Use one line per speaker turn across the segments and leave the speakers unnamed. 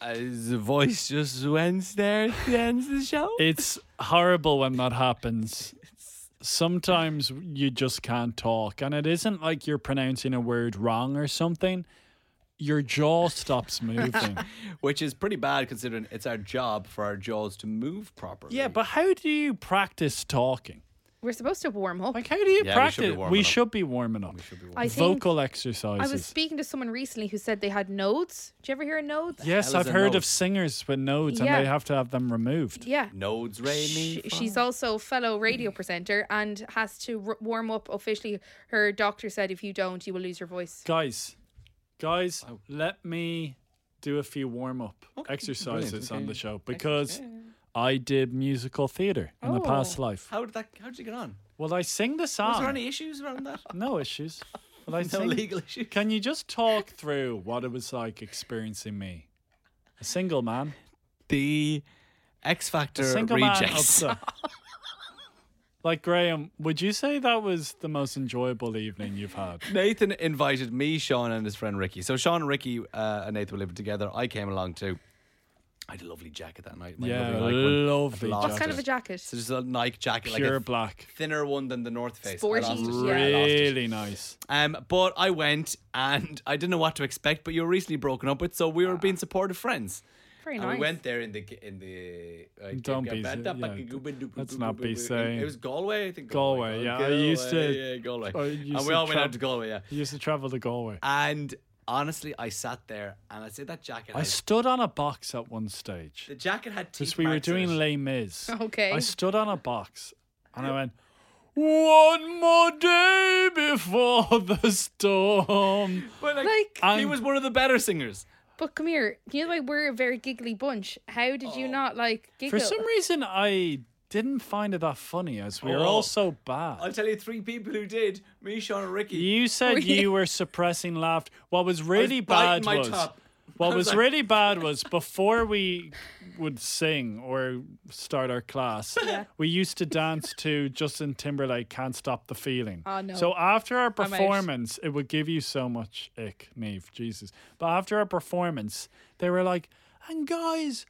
uh, the voice just went there at the end of the show.
It's horrible when that happens. Sometimes you just can't talk, and it isn't like you're pronouncing a word wrong or something. Your jaw stops moving.
Which is pretty bad considering it's our job for our jaws to move properly.
yeah, but how do you practice talking?
We're supposed to warm up.
Like, how do you
Yeah, we should be
practice?
warming
We
up.
should be warming up.
I think
Vocal exercises.
I was speaking to someone recently who said they had nodes. Did you ever hear of nodes?
yes,
hell
I've
is a
heard
node?
of singers with nodes,
Yeah.
and they have to have them removed.
Yeah.
nodes, Ray, me.
She, she's also fellow radio presenter and has to r- warm up officially. Her doctor said if you don't, you will lose your voice.
Guys, guys, let me do a few warm up exercises
brilliant,
on
okay.
the show because I did musical theatre in a past
Oh.
life.
How did that? How did you get on?
Well, I sing the
Was
song.
there any issues around that?
No issues. Well, I
No
sing-
legal issues.
Can you just talk through what it was like experiencing me? A single man.
The X
A
Factor
single
rejects.
man. upset. like, Graham, would you say that was the most enjoyable evening you've had?
Nathan invited me, Sean, and his friend Ricky. So Sean, Ricky, uh, and Nathan were living together. I came along too. I had a lovely jacket that night. My
Yeah,
lovely, Nike one.
lovely
I've lost
What kind of
it.
a jacket?
So just a Nike jacket, like
Pure
a
black.
thinner one than the North Face. I
Sporty.
lost it. I
Yeah.
lost it.
Really nice.
Um, but I went and I didn't know what to expect. But you were recently broken up with, so we were being supportive friends.
Very
And
nice.
we went there in the in the. Uh,
Don't be sa- yeah, let's not be saying-
It was Galway, I think.
Galway, yeah, I used to-
Galway, Yeah, Galway.
I used
and we
to
all went
tra-
out to Galway, yeah.
You used to travel to Galway.
And honestly, I sat there and I said that jacket.
I
had-
stood on a box at one stage.
the jacket had teeth.
Because we were
marks in
doing
it.
Les Mis.
Okay.
I stood on a box and I went, One more day before the storm.
But like,
Like-
he
And-
was one of the better singers.
But come here, you know like, we're a very giggly bunch. How did you not like
Oh. For
giggle?
some reason, I didn't find it that funny as we were
Oh.
all so
I'll
bad.
tell you three people who did: me, Sean, and Ricky.
You said
you-
you were suppressing laughter. What was really
biting
bad
my
was.
top.
What
I
was,
was like-
really bad was before we would sing or start our class, we used to dance to Justin Timberlake "Can't Stop the Feeling."
Oh, no.
So after our
out.
performance, it would give you so much ick, Neve, Jesus. But after our performance, they were like, "And guys."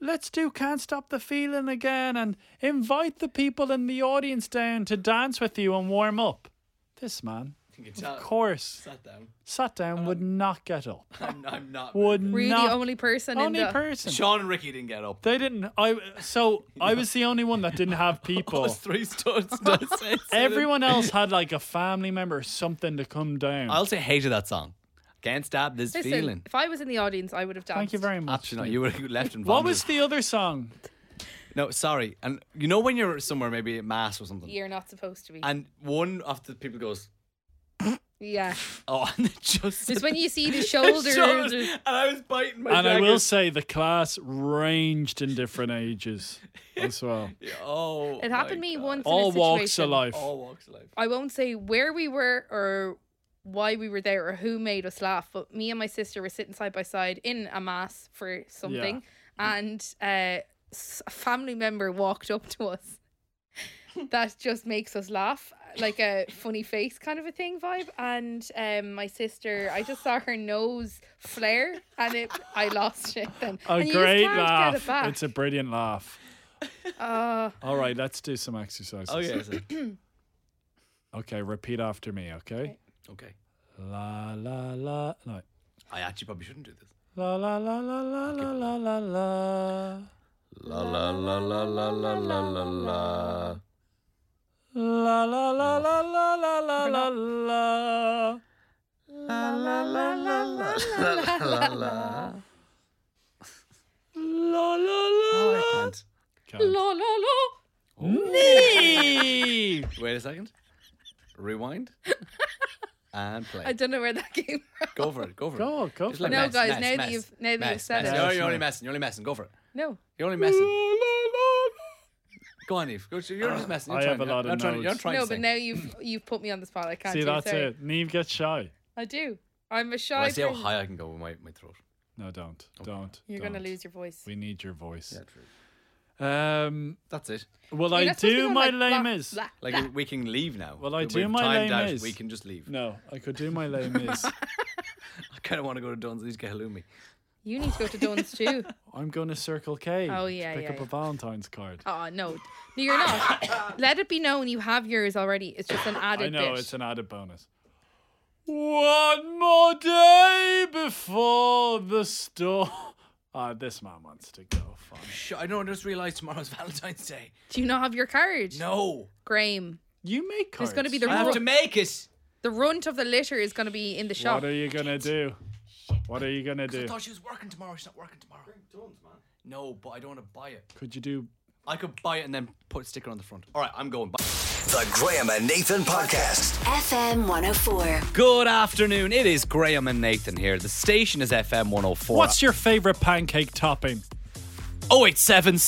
Let's do Can't Stop the Feeling again and invite the people in the audience down to dance with you and warm up. This man,
You can
of
tell-
course,
Sat down.
sat down, would not get up
I'm, I'm not.
would
Were you
not
the only person
only
in the
person.
Sean and Ricky didn't get up.
They didn't. I so I was the only one that didn't have people.
Those three studs. that's it.
Everyone else had like a family member or something to come down.
I also hated that song. Can't stop this
Listen,
feeling.
if I was in the audience, I would have danced.
Thank you very much.
Actually, no, you were left and
what
vomited.
was the other song?
No, sorry. And you know when you're somewhere, maybe at mass or something,
You're not supposed to be.
and one of the people goes,
yeah.
"Oh," and it just
Just when you see the
His
shoulders.
shoulders, and I was biting my.
And I will
jacket.
say the class ranged in different ages as well,
Oh,
It happened to me once. in
all
a
walks of
situation.
life.
All walks of life.
I won't say where we were or why we were there or who made us laugh, but me and my sister were sitting side by side in a mass for something, and uh, s- a family member walked up to us. that just makes us laugh, like a funny face kind of a thing vibe. And um, my sister, I just saw her nose flare, and it, I lost it then.
A
and you just
great
can't
laugh.
Get it back.
It's a brilliant laugh.
Oh,
All right, let's do some exercises.
Okay, so-
Okay, repeat after me. Okay.
okay.
La la la. No.
I actually probably shouldn't do this.
La la la la la la la la la.
La la la la la la la la la.
La la la la la la la la la.
La la la la la la la la.
La la la.
Oh, I can't.
la la la.
Nee.
Wait a second. Rewind. And play.
I don't know where that came from.
Go for it. Go for it.
Go, go
Just
for
like
it.
No,
mess,
guys,
mess,
now that
mess,
you've- now that you've
mess,
said
mess.
it.
You're,
Yes,
you're only
no.
messing. You're only messing. Go for it.
No.
You're only messing. Go on, Eve. Go, you're just messing. You're
I
trying,
have a lot
you're
of
trying, You're
notes.
trying
no,
to
but
sing.
now you've you've put me on the spot. I can't.
See,
do
that's
sorry.
it. Neve gets shy.
I do. I'm a shy.
I see how
person.
high I can go with my, my throat.
No, don't, don't.
You're gonna
don't.
lose your voice.
We need your voice.
true.
Um,
That's it.
will
You're
I
not supposed to
do
go
my
like blah,
lame is?
blah.
Like we can leave now.
Well, I
We've
do my
timed
Les
out,
Mis.
We can just leave.
No, I could do my lame is.
I kind of want to go to Dunsley's Get Halloumi.
You need to go to Dunn's too.
I'm going to Circle K.
Oh,
to
yeah,
Pick
yeah,
up
yeah.
a Valentine's card.
Oh no, no, you're not. Let it be known you have yours already. It's just an added.
I know
bit.
it's an added bonus. One more day before the storm. Ah, this man wants to go. Fine.
Sh- I know. I just realised tomorrow's Valentine's Day.
Do you not have your card?
No,
Graham.
You make cards.
There's going to be the
I have
ru-
to make it.
the runt of the litter is going to be in the shop.
What are you gonna do? What are you gonna do?
I thought she was working tomorrow. She's not working tomorrow. No, but I don't want to buy it.
Could you do?
I could buy it and then put a sticker on the front. All right, I'm going. Bye.
The Graham and Nathan Podcast.
FM 104.
Good afternoon. It is Graham and Nathan here. The station is FM 104.
What's your favorite pancake topping?
087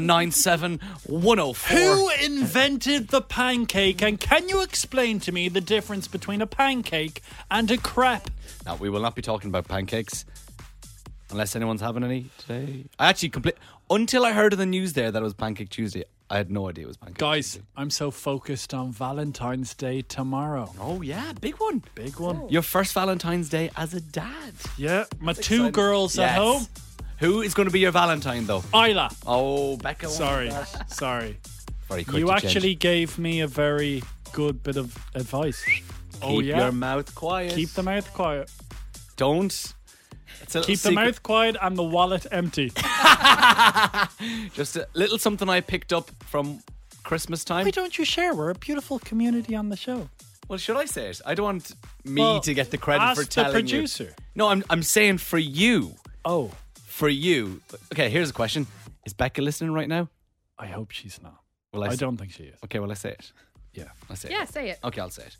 6797 104.
Who invented the pancake? And can you explain to me the difference between a pancake and a crepe?
Now, we will not be talking about pancakes unless anyone's having any today. I actually complete until I heard of the news there that it was Pancake Tuesday. I had no idea it was Pancake
Guys,
Tuesday.
I'm so focused on Valentine's Day tomorrow.
Oh, yeah, big one.
Big one.
Your first Valentine's Day as a dad.
Yeah, my two girls at
Yes.
home.
Who is going to be your Valentine, though?
Isla.
Oh, Becca. won.
Sorry, sorry.
Very quick
You
to change.
actually gave me a very good bit of advice. oh
Keep
yeah.
your mouth quiet.
Keep the mouth quiet.
Don't. It's a little
Keep the
secret-
mouth quiet and the wallet empty.
Just a little something I picked up from Christmas time.
Why don't you share? We're a beautiful community on the show.
Well, should I say it? I don't want me
Well,
to get the credit
ask
for
the
telling you.
producer.
No, I'm I'm saying for you,
Oh,
for you. Okay, here's a question: Is Becca listening right now?
I hope she's not.
Well, I
I
s-
don't think she is.
Okay, well I say it.
Yeah.
I say
Yeah,
it.
say it.
Okay, I'll say it.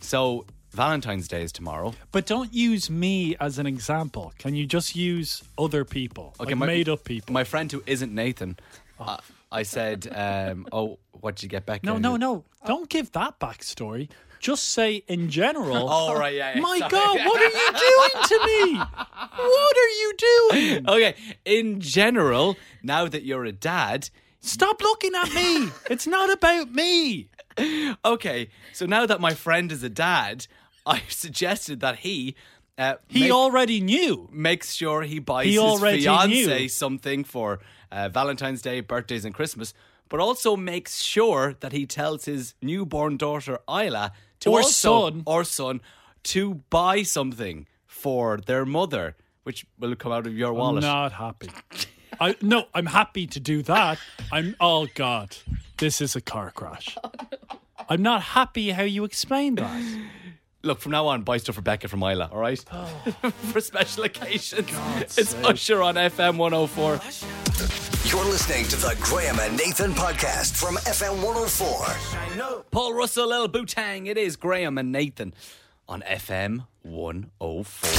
So Valentine's Day is tomorrow.
But don't use me as an example. Can you just use other people?
Okay,
like
my-
made up people.
My friend who isn't Nathan, I, I said, um, "Oh, what did you Oh. get, Becca?"
no,
And
no,
he-
no. Don't give that backstory. Just say in general.
Oh, right, yeah, yeah,
My
sorry.
God, what are you doing to me? What are you doing?
Okay, in general, now that you're a dad,
Stop looking at me. It's not about me.
okay, so now that my friend is a dad, I suggested that he. Uh,
He
make-
already knew.
makes sure he buys
He
his
already
fiance
knew.
something for uh, Valentine's Day, birthdays, and Christmas, but also makes sure that he tells his newborn daughter Isla to
Or
also-
son.
or son to buy something for their mother, which will come out of
Oh,
your wallet.
Not happy. I no, I'm happy to do that. I'm oh god, this is a car crash. I'm not happy how you explained that.
Look, from now on, buy stuff for Becca from Isla, all right? for special occasions. it's
Oh. sake.
Usher on FM 104.
You're listening to the Graham and Nathan Podcast from FM 104.
Paul Russell, Lil Boutang, it is Graham and Nathan on FM 104.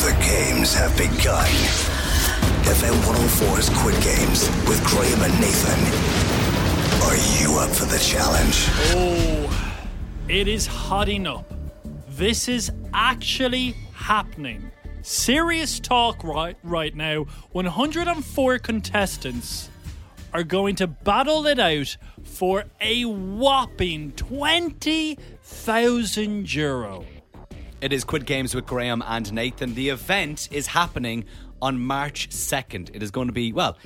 The games have begun. FM 104's Quid oh Games with Graham and Nathan. Are you up for the challenge?
It is hotting up. This is actually happening. Serious talk right right now. 104 contestants are going to battle it out for a whopping 20,000 euro.
It is Quid Games with Graham and Nathan. The event is happening on March 2nd. It is going to be, well,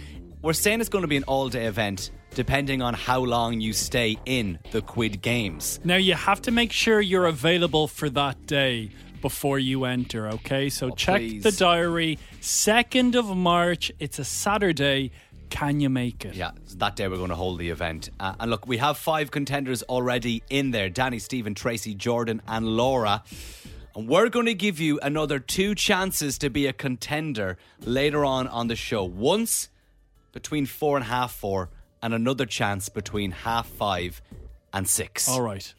we're saying it's going to be an all day event depending on how long you stay in the Quid Games.
Now you have to make sure you're available for that day before you enter, okay? So check
Oh, please.
the diary. 2nd of March, it's a Saturday. Can you make it?
Yeah, so that day we're going to hold the event. Uh, and look, we have five contenders already in there Danny, Stephen, Tracy, Jordan, and Laura. And we're going to give you another two chances to be a contender later on on the show. Once between four and half four, and another chance between half five and six.
All right.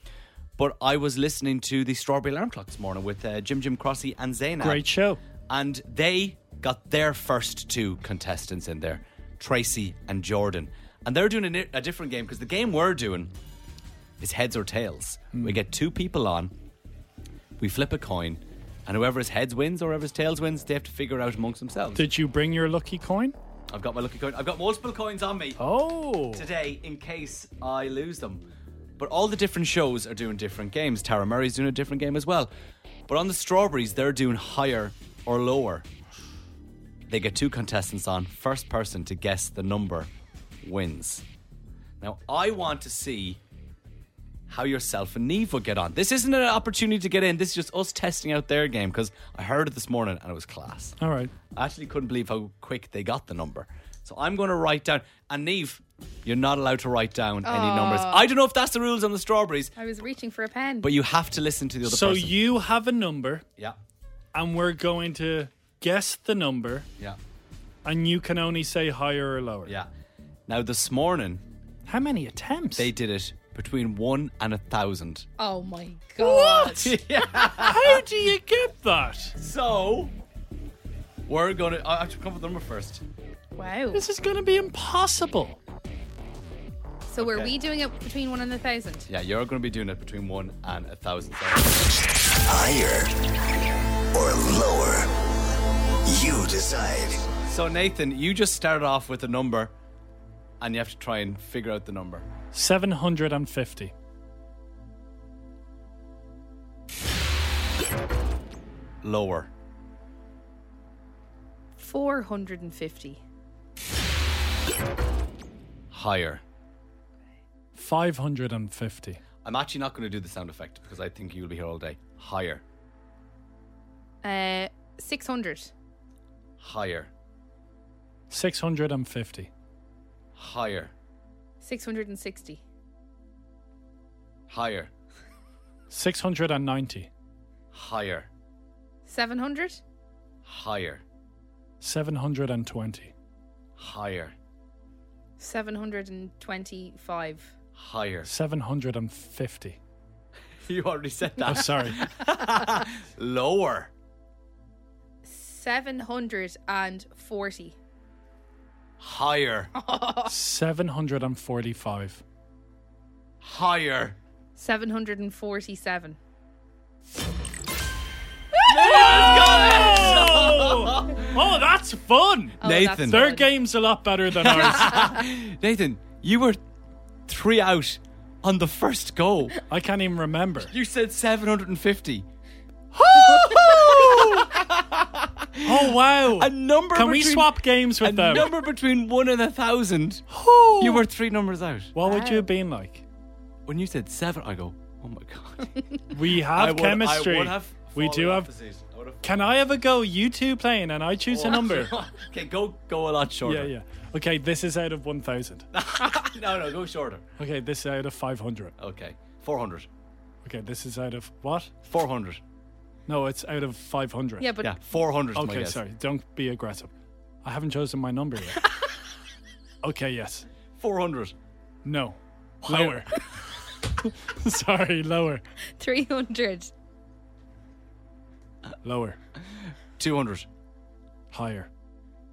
But I was listening to the Strawberry Alarm Clock this morning with uh, Jim Jim Crossy and Zainab.
Great show.
And they got their first two contestants in there, Tracy and Jordan. And they're doing a, a different game because the game we're doing is heads or tails. We get two people on, we flip a coin, and whoever's heads wins or whoever's tails wins, they have to figure it out amongst themselves.
Did you bring your lucky coin?
I've got my lucky coin. I've got multiple coins on me
Oh.
today in case I lose them. But all the different shows are doing different games. Tara Murray's doing a different game as well. But on the strawberries, they're doing higher or lower. They get two contestants on. First person to guess the number wins. Now, I want to see how yourself and Neve would get on. This isn't an opportunity to get in. This is just us testing out their game because I heard it this morning and it was class.
All right.
I actually couldn't believe how quick they got the number. So I'm going to write down. And Neve, you're not allowed to write down any numbers. I don't know if that's the rules on the strawberries,
I was reaching for a pen.
but you have to listen to the other
So
person.
you have a number,
yeah,
and we're going to guess the number,
yeah,
and you can only say higher or lower.
yeah. Now this morning
How many attempts?
they did it between one and a thousand.
Oh my god.
How do you get that?
So we're going to. I have to come up with the number first.
Wow.
This is going to be impossible.
So were
Okay.
we doing it between one and a thousand?
Yeah, you're going to be doing it between one and a thousand. So-
Higher or lower? You decide.
So Nathan, you just started off with a number, and you have to try and figure out the number.
750.
Lower.
Four hundred and fifty.
Higher.
550.
I'm actually not going to do the sound effect because I think you'll be here all day. Higher.
Uh six hundred.
Higher.
650.
Higher.
Six hundred and sixty.
Higher.
690.
Higher.
Seven hundred?
Higher.
720.
Higher.
Seven hundred and twenty five.
Higher.
750.
You already said
Oh,
that.
sorry.
Lower.
Seven hundred and forty.
Higher.
745.
Higher.
Seven hundred and forty seven.
Oh! oh, that's fun.
Oh, that's
Nathan.
Their
good.
game's a lot better than ours.
Nathan, you were three out on the first go.
I can't even remember.
You said 750.
Oh, wow.
A number.
Can we
between-
swap games
A
with them?
number between one and a thousand.
Oh.
You were three numbers out.
What would you
Wow.
have been like?
When you said seven, I go, oh my god.
We have chemistry. we do have. Can I have a go? You two playing, and I choose a number.
okay, go go a lot
yeah,
shorter.
yeah. Okay, this is out of one thousand.
yeah. No, no, go shorter.
Okay, this is out of five hundred.
Okay, 400.
Okay, this is out of what?
400.
No, it's out of five hundred.
Yeah, but
Yeah, 400. is my
Okay,
guess.
sorry. Don't be aggressive. I haven't chosen my number yet. okay, yes.
400.
No. Lower. sorry, lower.
three hundred.
Lower.
200.
Higher.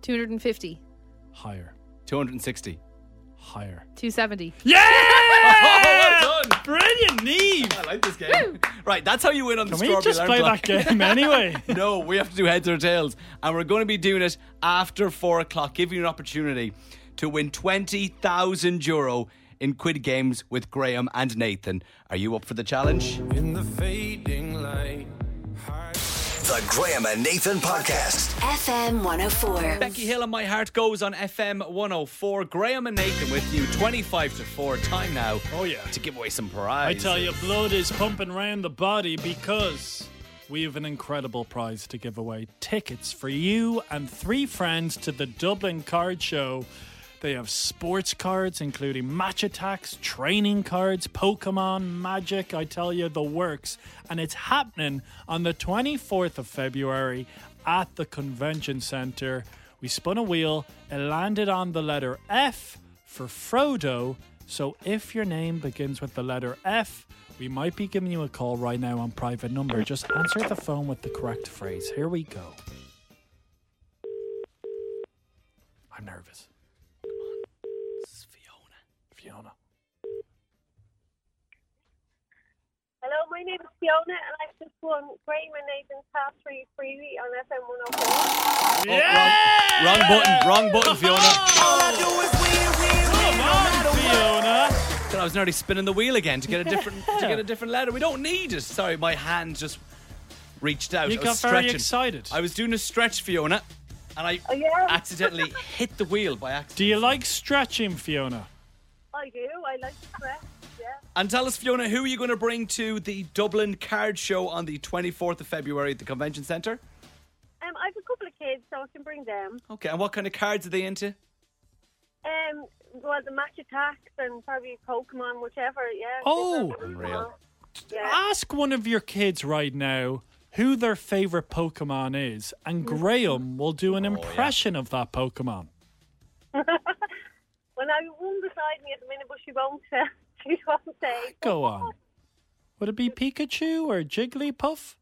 Two hundred and fifty.
Higher.
260.
Higher.
Two seventy.
Yeah!
Oh, well done.
Brilliant, Neve.
I like this game. right, that's how you win on the
Can
strawberry
we just
alarm
play
clock.
that game anyway?
No, we have to do heads or tails. And we're going to be doing it after four o'clock, giving you an opportunity to win 20,000 euro in quid games with Graham and Nathan. Are you up for the challenge?
In the fading light, hide
The Graham and Nathan Podcast.
FM 104.
Becky Hill and My Heart Goes on FM 104. Graham and Nathan with you 25 to 4. Time now
Oh, yeah.
to give away some
I
prize.
tell you, blood is pumping round the body because we have an incredible prize to give away tickets for you and three friends to the Dublin Card Show. They have sports cards, including match attacks, training cards, Pokemon, Magic, I tell you, the works. And it's happening on the 24th of February at the Convention Centre. We spun a wheel, it landed on the letter F for Frodo. So if your name begins with the letter F, we might be giving you a call right now on private number. Just answer the phone with the correct phrase. Here we go. I'm nervous.
This is Fiona.
Fiona.
Hello, my name is Fiona, and I just won Graham and Nathan's Top 3 freebie on FM 104.
Oh, wrong, wrong button, wrong button, Fiona.
Come on, Fiona.
I was nearly spinning the wheel again to get a different to get a different letter. We don't need it. Sorry, my hand just reached out.
You
I was
got very
stretching.
excited.
I was doing a stretch, Fiona. and I
Oh, yeah.
accidentally hit the wheel by accident.
Do you like stretching, Fiona?
I do. I like to dress. Yeah.
And tell us, Fiona, who are you going to bring to the Dublin Card Show on the 24th of February at the Convention Centre?
Um, I have a couple of kids, so I can bring them.
Okay, and what kind of cards are they into?
Um, well, the match attacks and probably Pokemon, whichever. Yeah.
Oh.
Unreal.
Yeah.
Ask one of your kids right now who their favorite Pokemon is, and
Mm.
Graham will do an
Oh,
impression of that Pokemon.
Well, now one beside me at the minute, but she won't. Uh, she won't say.
Go on. Would it be Pikachu or Jigglypuff?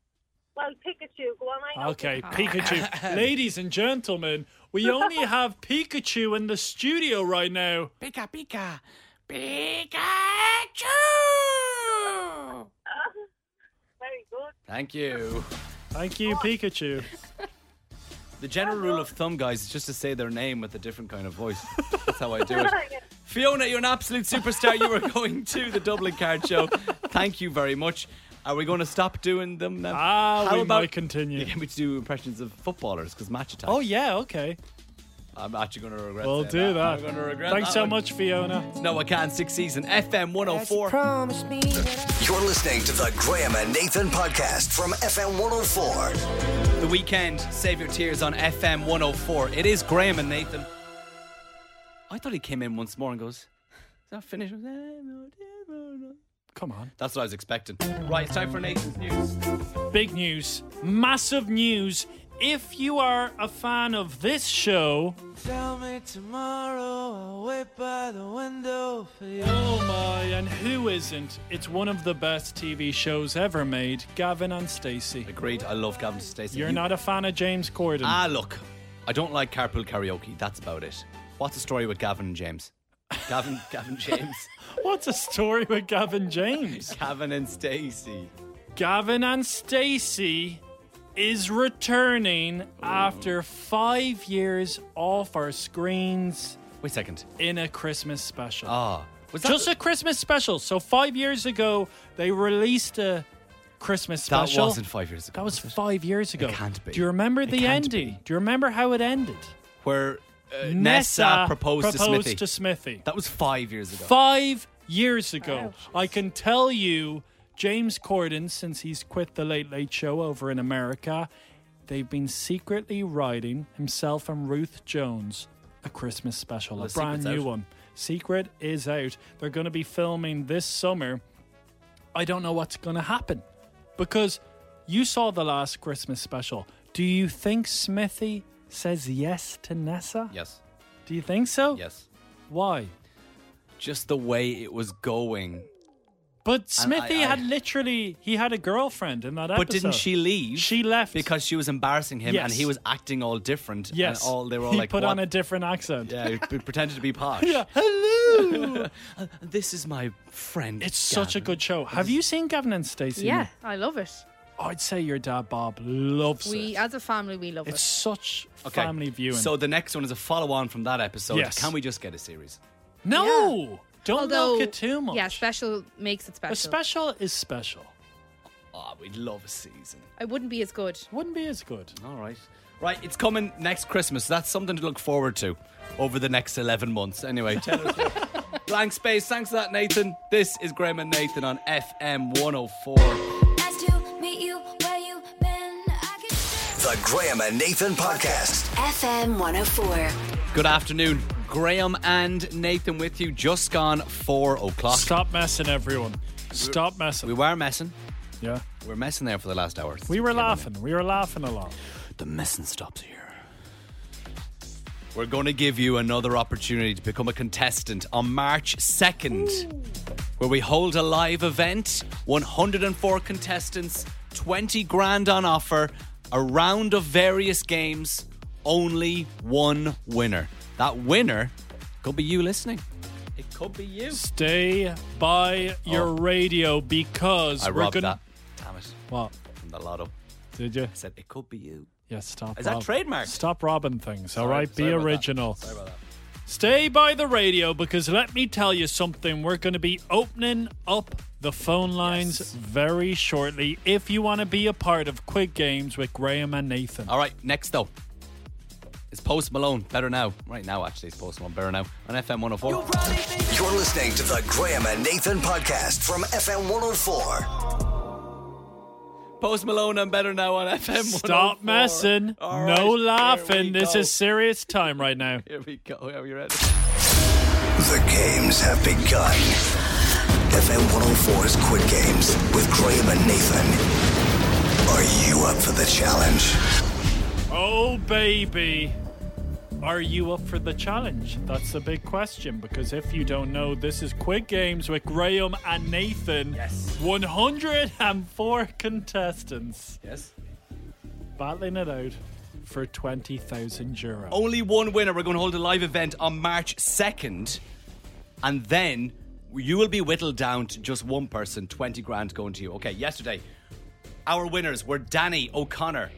Well, Pikachu. Go on. I know
Okay, Pikachu. Ladies and gentlemen, we only have Pikachu in the studio right now.
Pika Pika Pikachu!
Very good.
Thank you.
Thank you, Pikachu.
The general rule of thumb, guys, is just to say their name with a different kind of voice. That's how I do it. Fiona, you're an absolute superstar. You are going to the Dublin Card Show. Thank you very much. Are we going to stop doing them now?
Ah,
how
we
about
might continue.
You get me to do impressions of footballers because match attack.
Oh yeah, okay.
I'm actually going to regret.
We'll
saying
do
I'm
that.
going to regret.
Thanks
that
so
one.
much, Fiona.
It's No, I can. Sixth season, FM 104.
You're listening to the Graham and Nathan podcast from FM 104.
The weekend, save your tears on FM 104. It is Graham and Nathan. I thought he came in once more and goes, Is that finished?
Come on.
That's what I was expecting. Right, it's time for Nathan's news.
Big news, massive news. If you are a fan of this show,
Tell me tomorrow, I'll wait by the window for you.
oh my, and who isn't? It's one of the best TV shows ever made, Gavin and Stacey.
Agreed, I love Gavin Stacey.
You're
You-
not a fan of James Corden.
Ah, look, I don't like carpool karaoke. That's about it. What's the story with Gavin and James? Gavin, Gavin James,
What's a story with Gavin James?
Gavin and Stacey.
Gavin and Stacey is returning after five years off our screens
Wait a second.
in a Christmas special.
Ah, was that
Just a Christmas special. So five years ago, they released a Christmas
that
special.
wasn't five years ago.
That was
it?
five years ago.
can't be.
Do you remember
It
the
can't
ending?
be.
Do you remember how it ended?
where uh, Nessa proposed, to Smithy.
to Smithy.
that was five years ago.
Five years ago. I can tell you, James Corden, since he's quit the Late Late Show over in America, they've been secretly writing himself and Ruth Jones a Christmas special,
Well,
a
the
brand
secret's
new
out.
one. Secret is out. They're going to be filming this summer. I don't know what's going to happen because you saw the last Christmas special. Do you think Smithy says yes to Nessa?
yes,
Do you think so?
yes.
Why?
Just the way it was going.
But Smithy
I- I-
had literally he had a girlfriend in that episode.
But didn't she leave?
She left
because she was embarrassing him, and
Yes.
he was acting all different. and
yes,
all they were all
he
like,
put
what?
on a different accent.
yeah, he p- pretended to be posh.
Yeah, Hello.
This is my friend.
it's such a
Gavin.
good show. Have you seen Gavin and Stacey?
Yeah, I love it.
I'd say your dad Bob loves
We,
it.
as a family, we love
It's
it.
such
Okay.
family viewing.
So the next one is a follow-on from that episode.
Yes.
Can we just get a series?
no, don't milk it too much.
Yeah, special makes it special.
A special is special.
Oh, we'd love a season.
I wouldn't be as good.
Wouldn't be as good.
All right. Right, it's coming next Christmas. That's something to look forward to over the next 11 months. Anyway, tell us. Blank space. Thanks for that, Nathan. This is Graham and Nathan on FM 104.
Nice to meet you. Where you been? I can
The Graham and Nathan podcast.
FM 104.
Good afternoon. Graham and Nathan with you. Just gone 4 o'clock.
Stop messing, everyone. Stop messing.
We were messing.
yeah,
We were messing there for the last hour.
we were laughing. We were laughing a lot.
The messing stops here. We're going to give you another opportunity to become a contestant on March 2nd, where we hold a live event. 104 contestants, 20 grand on offer, a round of various games, only one winner. That winner could be you listening. It could be you.
Stay by your radio because
Oh. I
we're
robbed
gonna.
that. Damn it.
What
From the lotto.
did you?
I said, it could be you.
Yeah, stop.
Is that
rob-
trademark?
Stop robbing things. all
Sorry-
right,
sorry
be
about that.
original.
Sorry about that.
Stay by the radio because let me tell you something. We're going to be opening up the phone lines
Yes.
very shortly.
Oh,
If you want to be a part of Quick Games with Graham and Nathan,
All right, next though. It's Post Malone, Better Now. Right now, actually, it's Post Malone, Better Now on FM 104.
You're listening to the Graham and Nathan podcast from FM 104.
Post Malone and Better Now on FM 104.
Stop messing.
All right,
no
here
laughing.
we
This
go.
is serious time right now.
Here we go. Are you ready?
The games have begun. FM 104's Quid oh Games with Graham and Nathan. Are you up for the challenge?
Oh, baby. Are you up for the challenge? That's the big question because if you don't know, this is Quick Games with Graham and Nathan. Yes. 104 contestants
Yes.
battling it out for 20,000 euro.
Only one winner. We're going to hold a live event on March 2nd. And then you will be whittled down to just one person, 20 grand going to you. Okay, yesterday, our winners were Danny O'Connor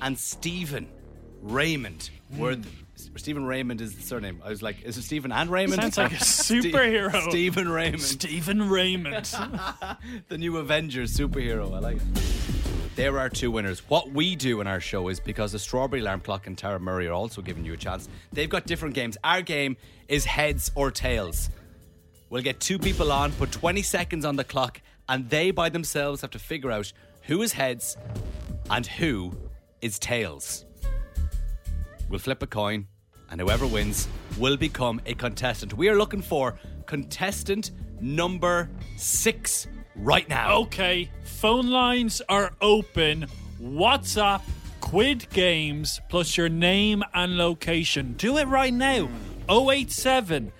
and Stephen Raymond. Were th- Stephen Raymond is the surname. I was like, is it Stephen and Raymond?
Sounds like a
Ste-
superhero.
Stephen Raymond,
Stephen Raymond.
the new Avengers superhero. I like it. There are two winners. What we do in our show is because the Strawberry Alarm Clock and Tara Murray are also giving you a chance. They've got different games. Our game is heads or tails. We'll get two people on, put 20 seconds on the clock, and they by themselves have to figure out who is heads and who is tails. We'll flip a coin, and whoever wins will become a contestant. We are looking for contestant number six right now.
Okay, phone lines are open. WhatsApp, Quid Games, plus your name and location. Do it right now. 087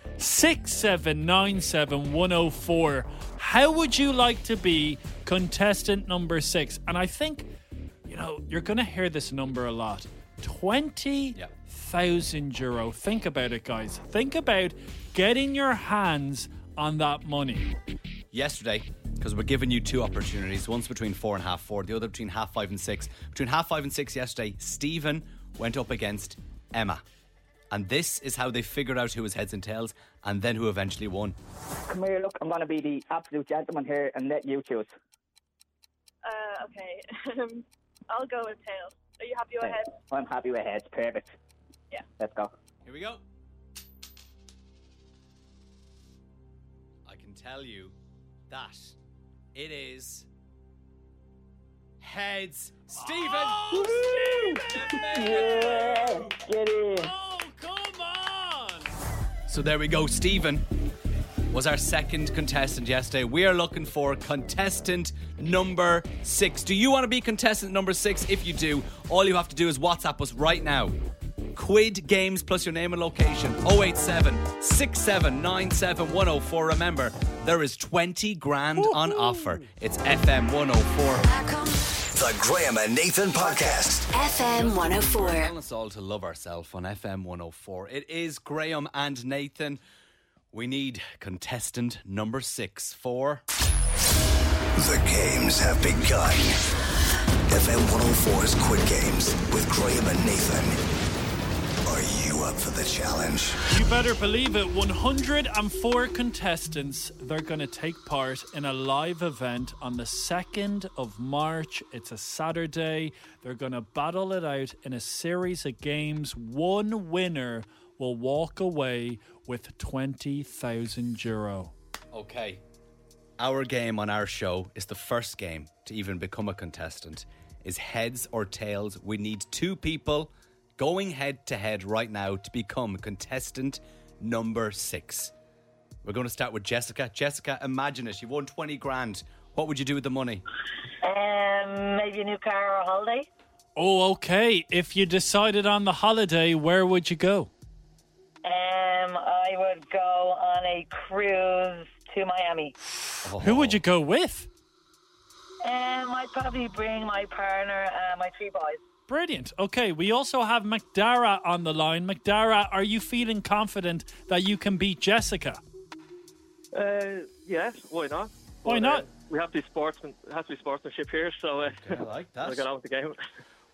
6797 104. How would you like to be contestant number six? And I think, you know, you're going to hear this number a lot. 20
Yeah.
thousand euro. Think about it, guys. Think about getting your hands on that money.
yesterday because we're giving you two opportunities. One's between four and half four, the other between half five and six. Between half five and six yesterday, Stephen went up against Emma. And this is how they figured out who was heads and tails and then who eventually won.
Come here, look, I'm going to be the absolute gentleman here and let you choose.
Uh, okay. Um, I'll go with tails. Are you happy with heads?
I'm happy with heads. Perfect.
Yeah.
Let's go.
Here we go. I can tell you that it is heads Stephen.
Get in.
Oh, come on!
So there we go. Stephen was our second contestant yesterday. We are looking for contestant number six. Do you want to be contestant number six? If you do, all you have to do is WhatsApp us right now. Quid Games plus your name and location 087 6797 104. Remember, there is 20 grand on offer. It's FM 104.
The Graham and Nathan podcast.
FM 104.
Tell us all to love ourselves on FM 104. It is Graham and Nathan. We need contestant number six for.
The games have begun. FM 104's Quid oh Games with Graham and Nathan. Are you up for the challenge?
You better believe it. 104 contestants. They're going to take part in a live event on the 2nd of March. It's a Saturday. They're going to battle it out in a series of games. One winner will walk away with 20,000 euro.
Okay. Our game on our show is the first game to even become a contestant. Is heads or tails? We need two people going head to head right now to become contestant number six. We're going to start with Jessica. Jessica, imagine it. You won 20 grand. What would you do with the money?
Um, maybe a new car or a holiday?
Oh, okay. If you decided on the holiday, where would you go?
Um, I would go on a cruise to Miami.
Who would you go with?
Um, I'd probably bring my partner and my three boys.
Brilliant. Okay, we also have McDara on the line. McDara, are you feeling confident that you can beat Jessica?
Uh, yes, why not?
Why not?
uh, we have to be sportsman. It has to be sportsmanship here, so uh,
I like that.
I'll get on with the game.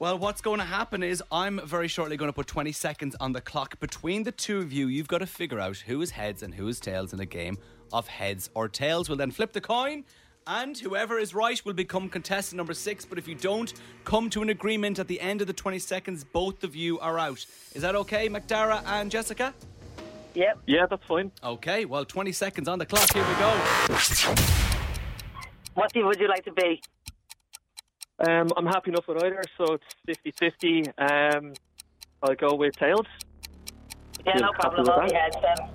Well, what's going to happen is I'm very shortly going to put 20 seconds on the clock. Between the two of you, you've got to figure out who is heads and who is tails in a game of heads or tails. We'll then flip the coin and whoever is right will become contestant number six. But if you don't come to an agreement at the end of the 20 seconds, both of you are out. Is that okay, McDara and Jessica?
Yep.
Yeah, that's fine.
Okay, well, 20 seconds on the clock. Here we go.
What do- would you like to be?
Um, I'm happy enough with either, so it's 50 50. Um, I'll go with tails.
Yeah,
You're
no
happy
problem.
with
I'll be
that?
head seven.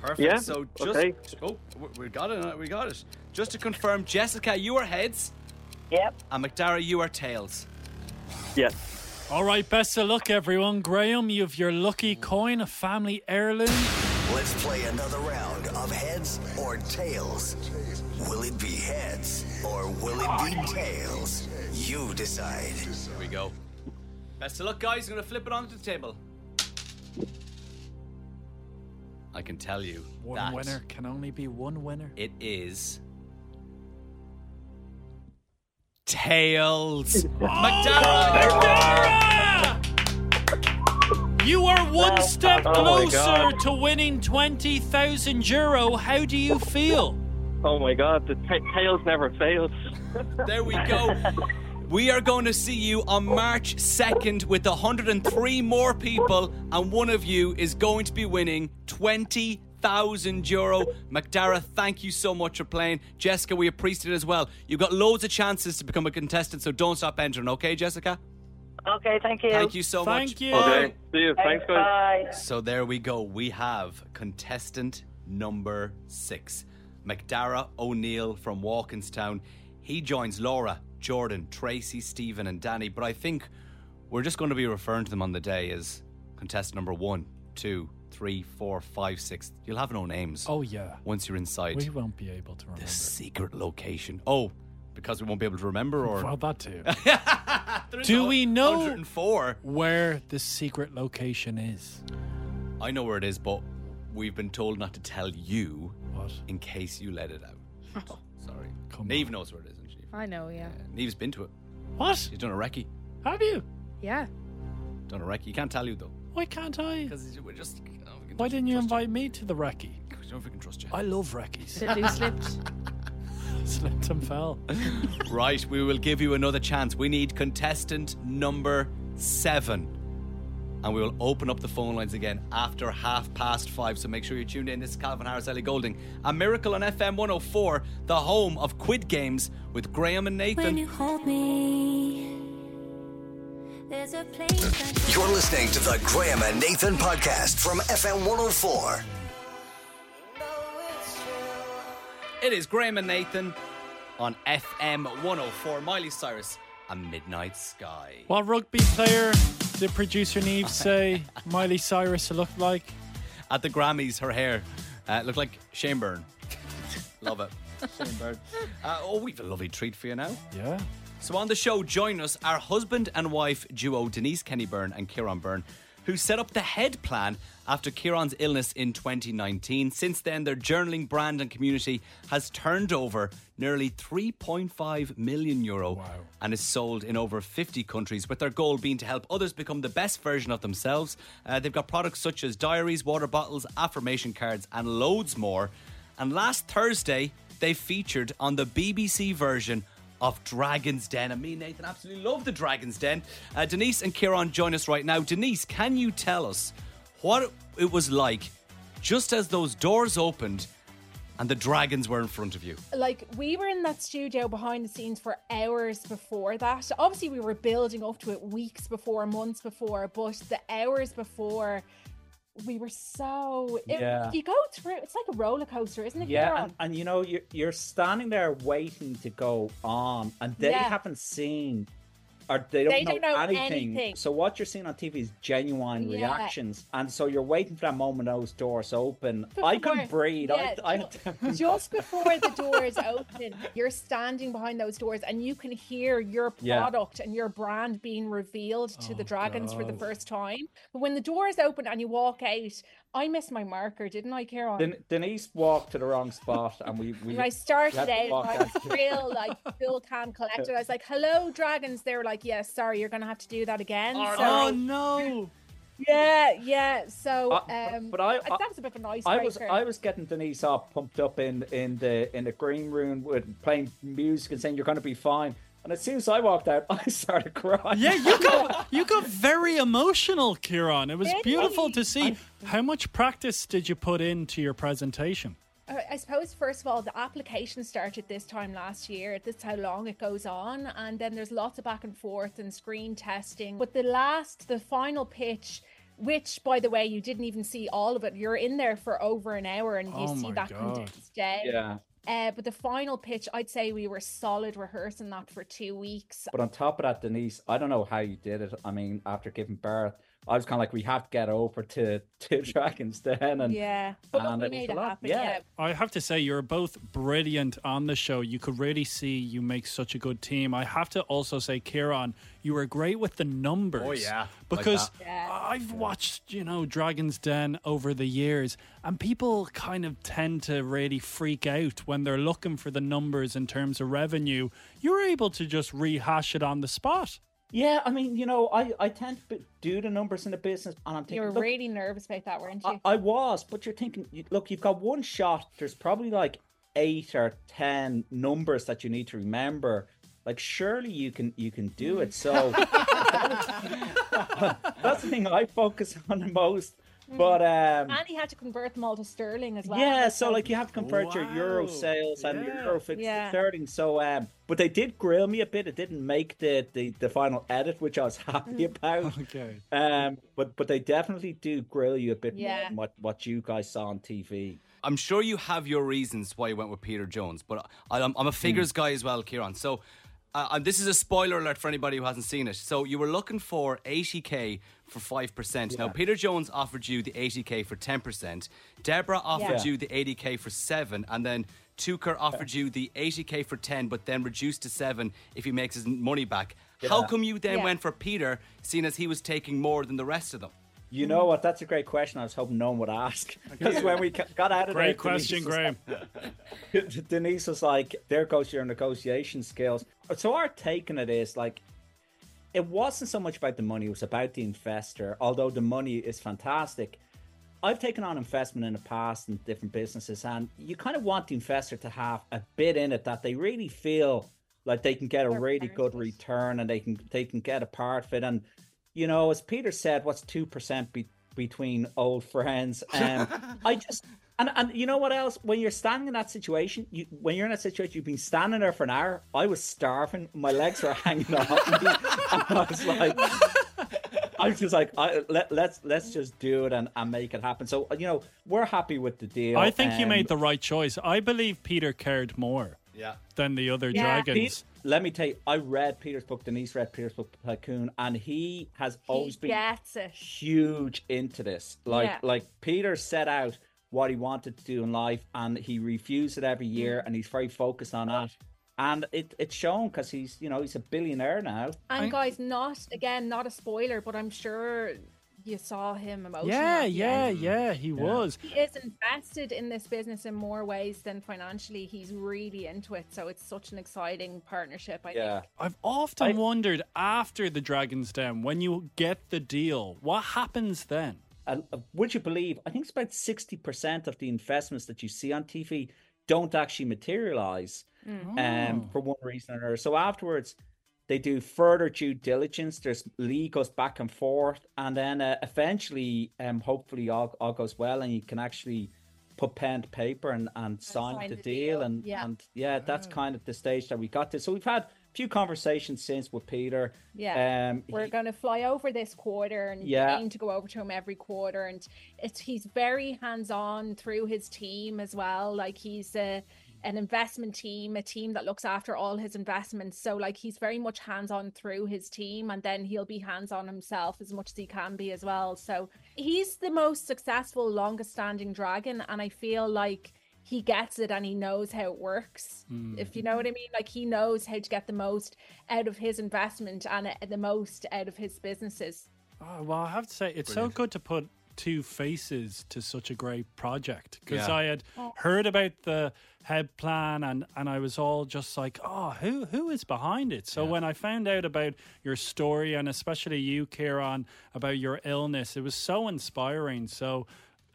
Perfect.
Yeah,
So just
okay.
oh, we- we got it. We got it. Just to confirm, Jessica, you are heads,
Yep.
and McDara, you are tails.
Yeah.
All right, best of luck, everyone. Graham, you have your lucky coin, a family heirloom.
Let's play another round of heads or tails. Will it be heads or will it be tails? You decide.
Here we go. Best of luck, guys. I'm going to flip it onto the table. I can tell you
One
that
winner can only be one winner.
it is tails. McDara.
You are one step
oh my
closer
God.
to winning 20,000 euro. How do you feel?
Oh my god, the ta tails never fails.
There we go. We are going to see you on March 2nd with 103 more people, and one of you is going to be winning 20,000 euro. McDara, thank you so much for playing. Jessica, we appreciate it as well. You've got loads of chances to become a contestant, so don't stop entering, okay, Jessica?
Okay, thank you.
Thank you so much.
Thank you.
Okay, see you. Thanks, guys.
Bye.
So there we go. We have contestant number six, McDara O'Neill from Walkinstown. He joins Laura, Jordan, Tracy, Stephen, and Danny. But I think we're just going to be referring to them on the day as contestant number one, two, three, four, five, six. You'll have no names
Oh, yeah.
once you're inside
We won't be able to remember.
the secret location. Oh, because we won't be able to remember,
Well,
or
that too.
There's
do we know-
104?
Where the secret location is.
I know where it is, but we've been told not to tell you
What?
in case you let it out. Sorry.
Come
Neve
on.
knows where it is, isn't she?
I know, yeah.
Neve's been to it.
What?
She's done a recce.
Have you?
Yeah.
Done a recce. You can't tell you though.
Why can't I?
Because we're just. you know, we can
Why
just
didn't you
trust
invite me to the recce?
You. 'Cause you know if we can trust you.
I love recces.
That you slipped.
Slipped and fell.
right, we will give you another chance. We need contestant number seven. And we will open up the phone lines again after half past five. So make sure you're tuned in. This is Calvin Harris, Ellie Golding. A Miracle on FM 104, the home of Quid Games with Graham and
When
Nathan.
you hold me, there's a place that
You're listening to the Graham and Nathan podcast from FM 104.
It is Graham and Nathan on FM 104. Miley Cyrus and Midnight Sky.
What rugby player did producer Neve say Miley Cyrus looked like?
At the Grammys, her hair uh, looked like Shane Byrne. Love it. Shane Byrne. Uh, oh, we've a lovely treat for you now.
Yeah.
So on the show, join us our husband and wife duo Denise Kenny Byrne and Kieran Byrne, who set up the Head Plan after Kieran's illness in 2019. Since then, their journaling brand and community has turned over nearly 3.5 million euro and is sold in over 50 countries. With their goal being to help others become the best version of themselves, Uh, they've got products such as diaries, water bottles, affirmation cards, and loads more. And last Thursday, they featured on the BBC version of Dragon's Den. And me and Nathan absolutely love the Dragon's Den. Uh, Denise and Kieran join us right now. Denise, can you tell us what it was like just as those doors opened and the dragons were in front of you?
like we were in that studio behind the scenes for hours before that. Obviously, we were building up to it weeks before, months before, but the hours before, we were so. It,
Yeah.
You go through. It's like a roller coaster, isn't it?
Yeah,
Ciarán?
and, and you know you're you're standing there waiting to go on, and they
Yeah.
haven't seen or they don't,
They
know,
don't know
anything.
anything.
So what you're seeing on TV is genuine
Yeah.
reactions, and so you're waiting for that moment those doors open. I couldn't
Before-
breathe.
yeah,
I, I
ju-
had to-
just before the doors open, you're standing behind those doors and you can hear your
Yeah.
product and your brand being revealed to the
Oh,
dragons for the
God.
first time. But when the doors open and you walk out, I missed my marker, didn't I, Kieran?
uh,
Den- Denise walked to the wrong spot, and we we.
And I started
had to
out
walk
I
out.
was real like Bill Cam collected. I was like, "Hello, dragons." They were like, "Yes, sorry, you're gonna have to do that again." so
Oh, no.
yeah, yeah. So,
I-
um,
Uh, but I- I-
that was a bit of an icebreaker.
I was I was getting Denise all pumped up in in the in the green room with playing music and saying you're going to be fine. And as soon as I walked out, I started crying.
Yeah, you got you got very emotional, Kieran. It was beautiful to see. How much practice did you put into your presentation?
Uh, I suppose first of all, the application started this time last year. This is how long it goes on, and then there's lots of back and forth and screen testing. But the last, the final pitch, which by the way, you didn't even see all of it. You're in there for over an hour, and you
Oh
see
my
that
God.
condensed day.
Yeah.
Uh, but the final pitch, I'd say we were solid rehearsing that for two weeks.
But on top of that, Denise, I don't know how you did it. I mean, after giving birth, I was kind of like, we have to get over to Two Dragons Den, and
yeah, but look,
and
we
it was
made
a
it
lot,
happen.
yeah.
yeah,
I have to say, you're both brilliant on the show. You could really see you make such a good team. I have to also say, Kieran, you were great with the numbers.
Oh, yeah. Like
Because
that.
I've watched, you know, Dragon's Den over the years, and people kind of tend to really freak out when they're looking for the numbers in terms of revenue. You're able to just rehash it on the spot.
Yeah, I mean, you know, I I tend to b- do the numbers in the business, and I'm
you
thinking,
were
look,
really nervous about that, weren't you?
I, I was, but you're thinking, you- look, you've got one shot. There's probably like eight or ten numbers that you need to remember. Like, surely you can you can do it. So that's the thing I focus on the most. But um,
and he had to convert them all to sterling as well.
yeah, so like you have to convert your euro
Oh, Wow,
sales and your
yeah.
euro fixed
Yeah.
sterling. So, um, but they did grill me a bit. It didn't make the the, the final edit, which I was happy
Mm.
about.
Okay.
Um, but but they definitely do grill you a bit more
Yeah.
than what what you guys saw on TV.
I'm sure you have your reasons why you went with Peter Jones, but I, I'm, I'm a figures guy as well, Kieran. So, uh, and this is a spoiler alert for anybody who hasn't seen it. So, you were looking for 80k for 5%. Now,
Yeah.
Peter Jones offered you the 80k for 10%. Deborah offered
Yeah.
you the 80k for 7 and then Tucker offered you the 80k for 10 but then reduced to 7 if he makes his money back. How
Yeah.
come you then
Yeah.
went for Peter seeing as he was taking more than the rest of them?
You know what? That's a great question. I was hoping no one would ask because when we ca- got out of there,
Great question, Graham.
Denise was, Denise was like, "There goes your negotiation skills." So our take on it is like, it wasn't so much about the money; it was about the investor. Although the money is fantastic, I've taken on investment in the past in different businesses, and you kind of want the investor to have a bit in it that they really feel like they can get a really good return and they can they can get a part of it. And you know, as Peter said, what's two percent be- between old friends? And I just and and you know what else? When you're standing in that situation, you when you're in that situation, you've been standing there for an hour. I was starving; my legs were hanging off me. And I was like, I was just like, I, let, let's let's just do it and, and make it happen. So you know, we're happy with the deal.
I think you
um,
made the right choice. I believe Peter cared more
Yeah.
than the other dragons.
Pete- let me tell you, I read Peter's book. Denise read Peter's book, Tycoon, and he has always been
gets it.
huge into this. Like
Yeah.
like Peter set out what he wanted to do in life, and he refused it every year, and he's very focused on that. And it it's shown because he's you know he's a billionaire now.
And guys, not again, not a spoiler, but I'm sure you saw him
Oh,
emotional.
Yeah,
at the
yeah,
end.
yeah, he was.
He is invested in this business in more ways than financially. He's really into it, so it's such an exciting partnership. I think.
I've often wondered after the Dragon's Den, when you get the deal, what happens then?
And uh, would you believe? I think it's about sixty percent of the investments that you see on TV don't actually materialize. um, for one reason or another. So afterwards, they do further due diligence. There's legals back and forth, and then uh, eventually, um, hopefully, all, all goes well, and you can actually put pen to paper and, and sign,
sign
the,
the
deal. And
Yeah.
and yeah, that's kind of the stage that we got to. So we've had a few conversations since with Peter.
Yeah,
Um,
we're going to fly over this quarter and
Yeah.
aim to go over to him every quarter. And it's he's very hands on through his team as well. Like he's a an investment team, a team that looks after all his investments. So like he's very much hands on through his team, and then he'll be hands on himself as much as he can be as well. So he's the most successful, longest standing dragon, and I feel like. He gets it and he knows how it works.
Hmm.
If you know what I mean, like he knows how to get the most out of his uh, investment and uh, the most out of his businesses.
Oh, well, I have to say, it's so good to put two faces to such a great project because
Yeah.
I had heard about the head plan and and I was all just like, oh, who who is behind it? So when I found out about your story and especially you, Kieran, about your illness, it was so inspiring. So,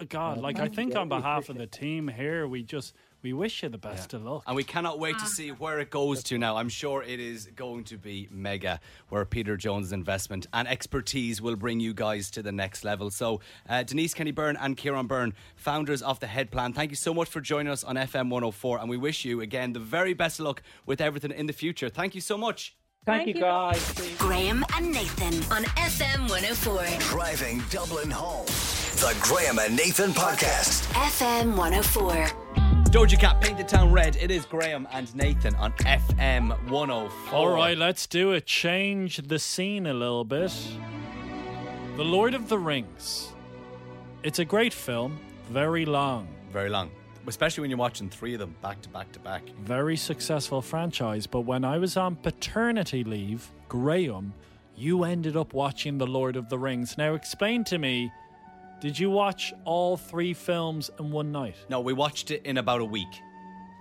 uh, God,
Oh,
like I
thank
think
you.
on behalf of the team here, we just we wish you the best of luck.
And we cannot wait to see where it goes to now. I'm sure it is going to be mega, where Peter Jones' investment and expertise will bring you guys to the next level. So, uh, Denise Kenny Byrne and Kieran Byrne, founders of The Head Plan, thank you so much for joining us on FM 104. And we wish you, again, the very best of luck with everything in the future. Thank you so much.
Thank you, guys.
Graham and Nathan on FM 104.
Driving Dublin home. The Graham and Nathan Podcast.
FM 104.
Doja Cat, Paint the Town Red. It is Graham and Nathan on FM 104.
All right, let's do it. Change the scene a little bit. The Lord of the Rings. It's a great film, very long,
Very long. Especially when you're watching three of them back to back to back.
very successful franchise. But when I was on paternity leave, Graham, you ended up watching The Lord of the Rings. Now, explain to me, did you watch all three films in one night?
No, we watched it in about a week,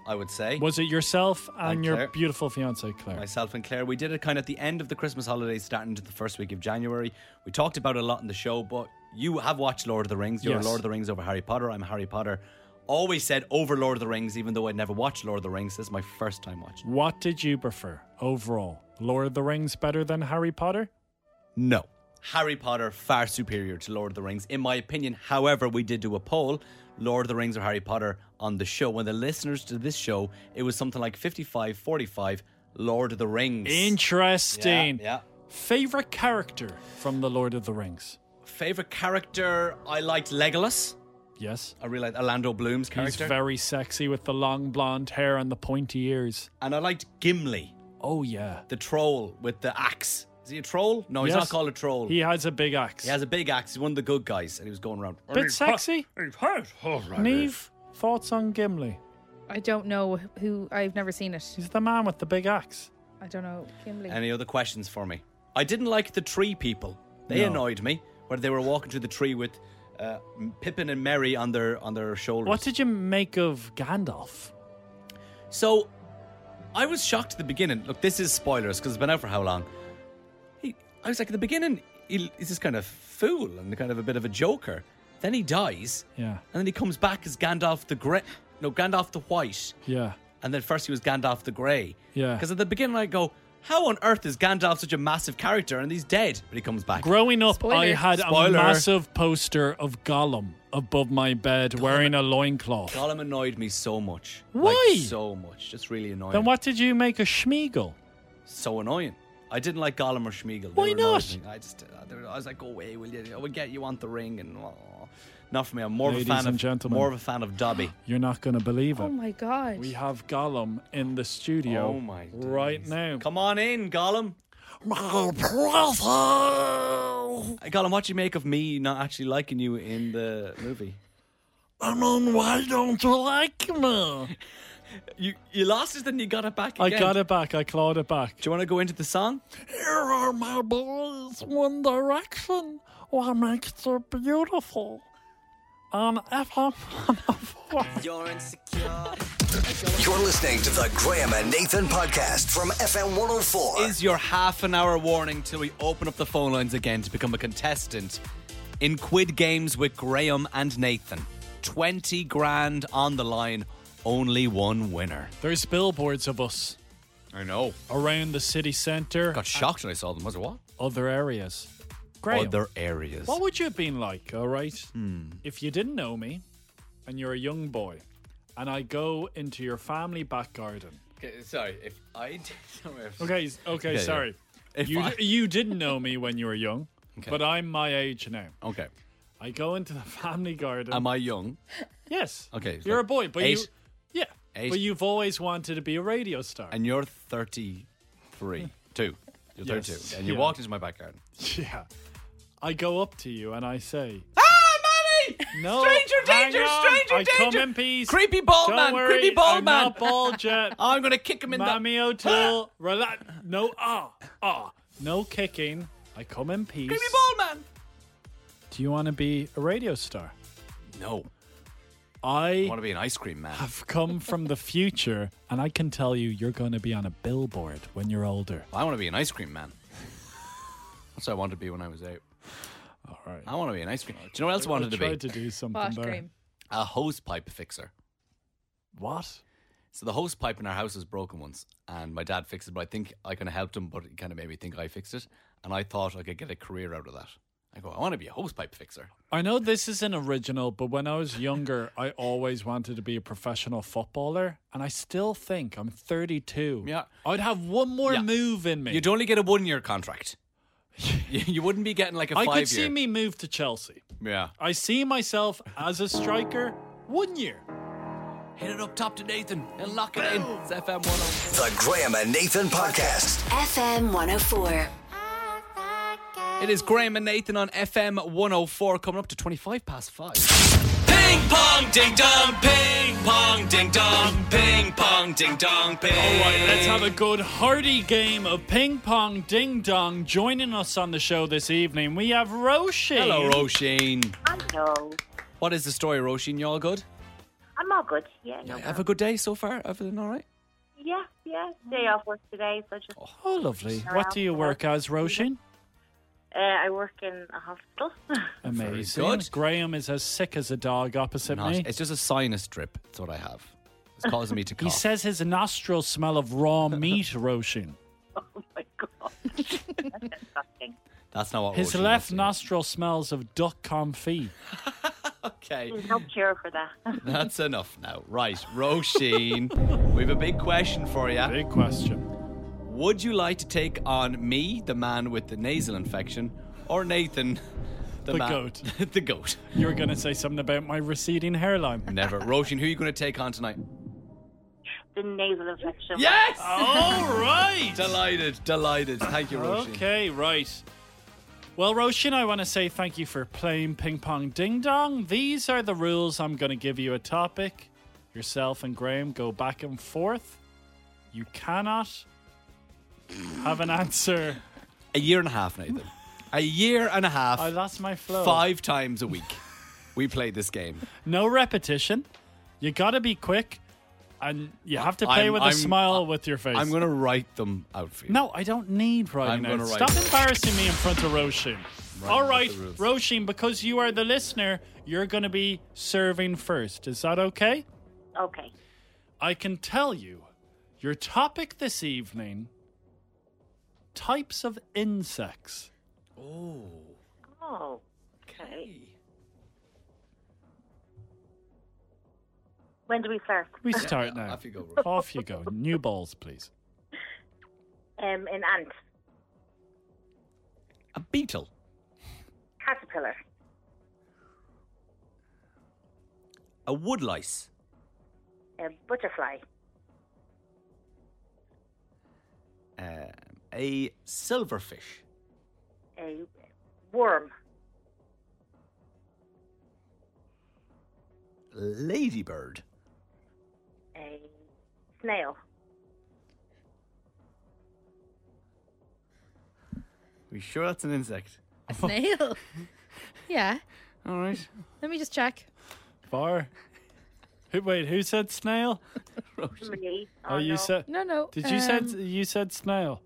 I would say.
Was it yourself and your
Claire.
beautiful fiance, Claire?
Myself and Claire, we did it kind of at the end of the Christmas holidays, starting into the first week of January. We talked about it a lot in the show, but you have watched Lord of the Rings. You're a
Yes.
Lord of the Rings over Harry Potter. I'm Harry Potter. Always said over Lord of the Rings, even though I'd never watched Lord of the Rings. This is my first time watching.
What did you prefer overall? Lord of the Rings better than Harry Potter?
No. Harry Potter far superior to Lord of the Rings, in my opinion. However, we did do a poll, Lord of the Rings or Harry Potter, on the show. When the listeners to this show, it was something like 55 45 Lord of the Rings.
Interesting.
Yeah, yeah.
Favorite character from The Lord of the Rings?
Favorite character, I liked Legolas.
Yes.
I really liked Orlando Bloom's
He's
character.
very sexy with the long blonde hair and the pointy ears.
and I liked Gimli,
Oh, yeah.
the troll with the axe. Is he a troll? No, Oh, he's not
Yes.
called a troll.
He has a big axe.
He has a big axe. He's one of the good guys, and he was going around.
Bit sexy. Neve, thoughts on Gimli?
I don't know who. I've never seen it.
He's the man with the big axe.
I don't know. Kimberly.
Any other questions for me? I didn't like the tree people. They
No.
annoyed me. Where they were walking through the tree with uh, Pippin and Merry on their on their shoulders.
What did you make of Gandalf?
So, I was shocked at the beginning. Look, this is spoilers because it's been out for how long. He, I was like, at the beginning, he, he's this kind of fool and kind of a bit of a joker. Then he dies,
Yeah.
and then he comes back as Gandalf the Grey. No, Gandalf the White.
Yeah.
And then first he was Gandalf the Grey.
Yeah.
Because at the beginning I go, how on earth is Gandalf such a massive character and he's dead? But he comes back.
Growing up, I
Spoiler.
had a
Spoiler.
massive poster of Gollum above my bed wearing a loincloth.
Gollum annoyed me so much.
Why?
Like, so much. Just really annoying.
Then what did you make of Schmeagol?
So annoying. I didn't like Gollum or Schmeagol. They
Why
were annoying
not?
me. I just, I I was like, go away, will you? I would get you on the ring and oh, not for me. I'm more
Ladies
of a fan
and
of
gentlemen.
more of a fan of Dobby.
You're not going to believe it.
Oh my god.
We have Gollum in the studio
Oh my
right now.
Come on in, Gollum. Hey, Gollum, what do you make of me not actually liking you in the movie?
I mean, why don't you like me?
You you lost it, then you got it back.
I
Again.
got it back. I clawed it back.
Do you want to go into the song?
Here are my boys, One Direction. What makes her beautiful? On FM 104.
You're listening to the Graham and Nathan Podcast from FM 104.
Is your half an hour warning till we open up the phone lines again to become a contestant in Quid Games with Graham and Nathan? 20 grand on the line, only one winner.
There's billboards of us
I know.
around the city centre,
Got shocked when I saw them. Was it what?
other areas. Graham,
Other areas.
what would you have been like, all right,
Hmm.
if you didn't know me and you're a young boy and I go into your family back garden?
Okay, sorry, if I did. Sorry, if-
Okay, s- okay,
Yeah, yeah.
sorry.
If
You,
I-
you didn't know me when you were young,
Okay.
but I'm my age now.
Okay.
I go into the family garden.
Am I young?
Yes.
Um, Okay, so
You're a boy, but you.
eight-
Yeah.
eight-
But you've always wanted to be a radio star.
And you're 33. Two. You're
Yes.
32. And you
Yeah.
walked into my back garden.
yeah. I go up to you and I say,
Ah,
No.
Stranger
hang
danger,
on.
stranger
I
danger.
come in peace.
Creepy bald
Don't
man,
worry,
creepy bald
I'm
man.
Not bald yet.
I'm going to kick him in
Mammy
the.
O'Toole, relax. No, ah, ah. No kicking. ah. I come in peace.
Creepy bald man.
Do Do you want to be a radio star?
No.
I
want to be an ice cream man.
I've come from the future, and I can tell you, you're going to be on a billboard when you're older.
I want to be an ice cream man. That's what I wanted to be when I was eight.
All right.
I want to be an ice cream. Do you know what else I wanted to be?
tried to do something
Wash
there.
cream.
A hose pipe fixer.
What?
So the hose pipe in our house was broken once, and my dad fixed it. But I think I kind of helped him, but he kind of made me think I fixed it, and I thought I could get a career out of that. I go, I want to be a hose pipe fixer.
I know this isn't original, but when I was younger, I always wanted to be a professional footballer, and I still think I'm 32.
Yeah.
I'd have one more
Yeah.
move in me.
You'd only get a one-year contract. you you wouldn't be getting like a
I
five-year.
could see me move to Chelsea.
Yeah.
I see myself as a striker one year.
Hit it up top to Nathan and lock it in. It's FM 104.
The Graham and Nathan Podcast.
FM 104.
It is Graham and Nathan on FM 104 coming up to 25 past 5.
Ping pong ding dong, ping pong ding dong, ping pong ding dong, ping.
All right, let's have a good hearty game of ping pong ding dong. Joining us on the show this evening, we have Roisin.
Hello, Roisin.
Hello.
What is the story, Roisin? You all good?
I'm all good. Yeah, no.
Yeah,
problem.
have a good day so far. Everything all right?
yeah, yeah. Day off work today, so just.
Oh, lovely. What do you work as, Roisin?
Uh, I work in a hospital.
Amazing.
good.
Graham is as sick as a dog opposite
Not-
me.
It's just a sinus drip. That's what I have. It's causing me to
He
cough.
says his nostrils smell of raw meat, Roisin.
Oh Disgusting.
Oh, That's not what
His
Roisin
left nostril smells of duck confit.
Okay.
There's no cure for that.
That's enough now. Right, Roisin, we have a big question for you.
Big question.
Would you like to take on me, the man with the nasal infection, or Nathan, the,
The
man-
goat.
the goat.
You were going to say something about my receding hairline.
Never. Roisin, who are you going to take on tonight?
the nasal infection.
Yes!
All right.
Delighted, delighted. Thank you, Roisin.
Okay, right. Well, Roshan, I want to say thank you for playing Ping Pong Ding Dong. These are the rules I'm going to give you a topic. Yourself and Graham go back and forth. You cannot have an answer.
A year and a half, Nathan. A year and a half.
I lost my flow.
Five times a week, we played this game.
No repetition. You got to be quick and you have to play
I'm-
with a
I'm-
smile with your face.
I'm going to write them out for you.
No, I don't need
I'm
writing out.
gonna write
Stop
it.
embarrassing me in front of Roshin.
Right,
All
with
right,
the rules.
Roshin, because you are the listener, you're going to be serving first. Is that okay?
Okay.
I can tell you your topic this evening types of insects.
Oh.
Oh. Okay. When do we start?
We start now.
Off you go, Roisin.
Off you go. New balls, please.
Um, an ant,
A beetle.
caterpillar,
A woodlice.
a butterfly,
Um, a silverfish.
a worm,
Ladybird.
a uh, snail,
We sure that's an insect?
A snail. yeah.
All right.
Let me just check.
Bar. Who, wait, who said snail?
me.
Oh, you said.
No, no.
Did you said
um,
you said snail?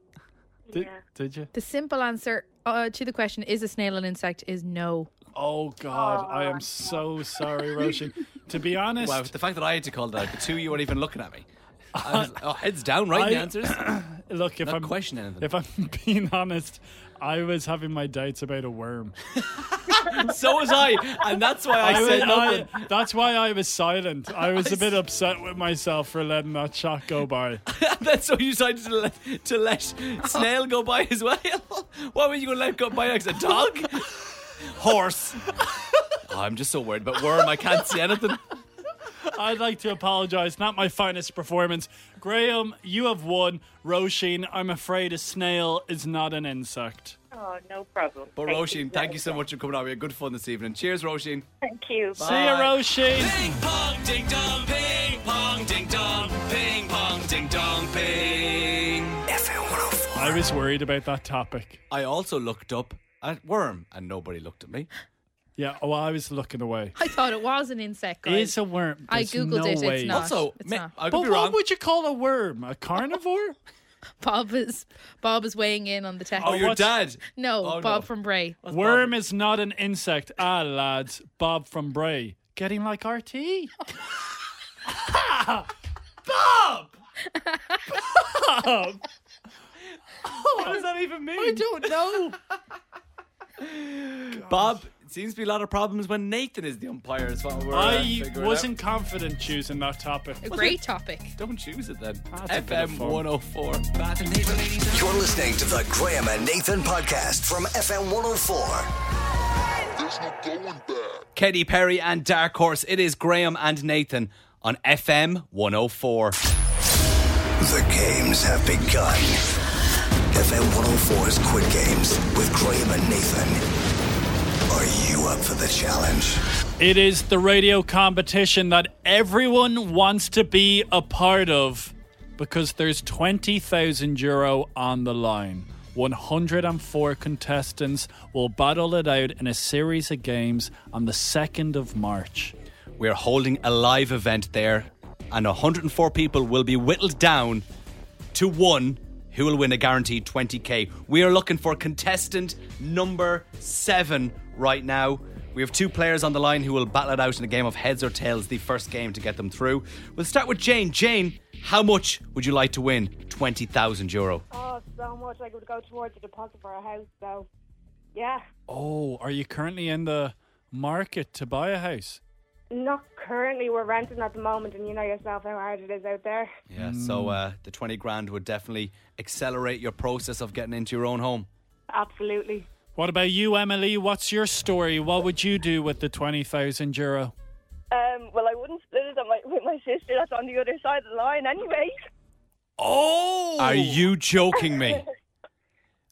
Did,
Yeah.
did you?
The simple answer uh, to the question is a snail an insect is no.
Oh God, I am so sorry, Roshan. to be honest,
Wow, the fact that I had to call that out, the two of you weren't even looking at me. I was, oh, heads down, right? the
I-
answers.
look if
Not
I'm
question anything.
if I'm being honest, I was having my doubts about a worm.
so was I, and that's why I, said
was-
nothing.
I- that's why I was silent. I was a bit upset with myself for letting that shot go by.
That's why you decided to let, to let snail go by as well. Why were you going to let go by as a dog? Horse. Oh, I'm just so worried about worm. I can't see anything.
I'd like to apologise. Not my finest performance. Graham, you have won. Roisin, I'm afraid a snail is not an insect.
Oh, no problem.
But
Thank
Roisin, thank you so much for coming on. We had good fun this evening. Cheers, Roisin.
Thank you.
See ya, Roisin.
Ping pong ding dong, ping pong ding dong, ping pong ding dong, ping.
FM 104.
I was worried about that topic.
I also looked up at worm, and nobody looked at me.
Yeah, well, I was looking away.
I thought it was an insect, guys.
It's a worm.
I
There's
googled
no
it.
way.
It's not. it's
ma-
not.
I could But be what wrong. would you call a worm? A carnivore?
Bob is Bob is weighing in on the text.
Oh, your What's- dad.
No,
Oh, no.
Bob from Bray.
worm is not an insect. Ah, lads, Bob from Bray. Getting like RT. Bob! Bob!
what does that even mean?
I don't know.
Bob, it seems to be a lot of problems when Nathan is the umpire. Is what we're, uh,
I
figuring out.
wasn't confident choosing that topic.
A great topic.
Don't choose it then.
That's a bit of
FM
fun.
104.
You're listening to the Graham and Nathan podcast from FM 104. There's no going back.
Katy Perry and Dark Horse. It is Graham and Nathan on FM 104.
The games have begun. FM 104's Quid oh Games with Graham and Nathan. Are you up for the challenge?
It is the radio competition that everyone wants to be a part of because there's 20,000 euro on the line. 104 contestants will battle it out in a series of games on the 2nd of March.
We're holding a live event there, and 104 people will be whittled down to one who will win a guaranteed 20k. We are looking for contestant number seven right now. We have two players on the line who will battle it out in a game of heads or tails, the first game to get them through. We'll start with Jane. Jane, how much would you like to win? 20,000 euro.
Oh, so much. I would go towards a deposit for a house, so. Yeah.
Oh, are you currently in the market to buy a house?
Not currently. We're renting at the moment, and you know yourself how hard it is out there.
Yeah, so uh, the 20 grand would definitely accelerate your process of getting into your own home.
Absolutely.
What about you, Emily? What's your story? What would you do with the 20,000 euro?
Um, well, I wouldn't split it on my, with my sister. That's on the other side of the line, anyway.
Oh!
Are you joking me?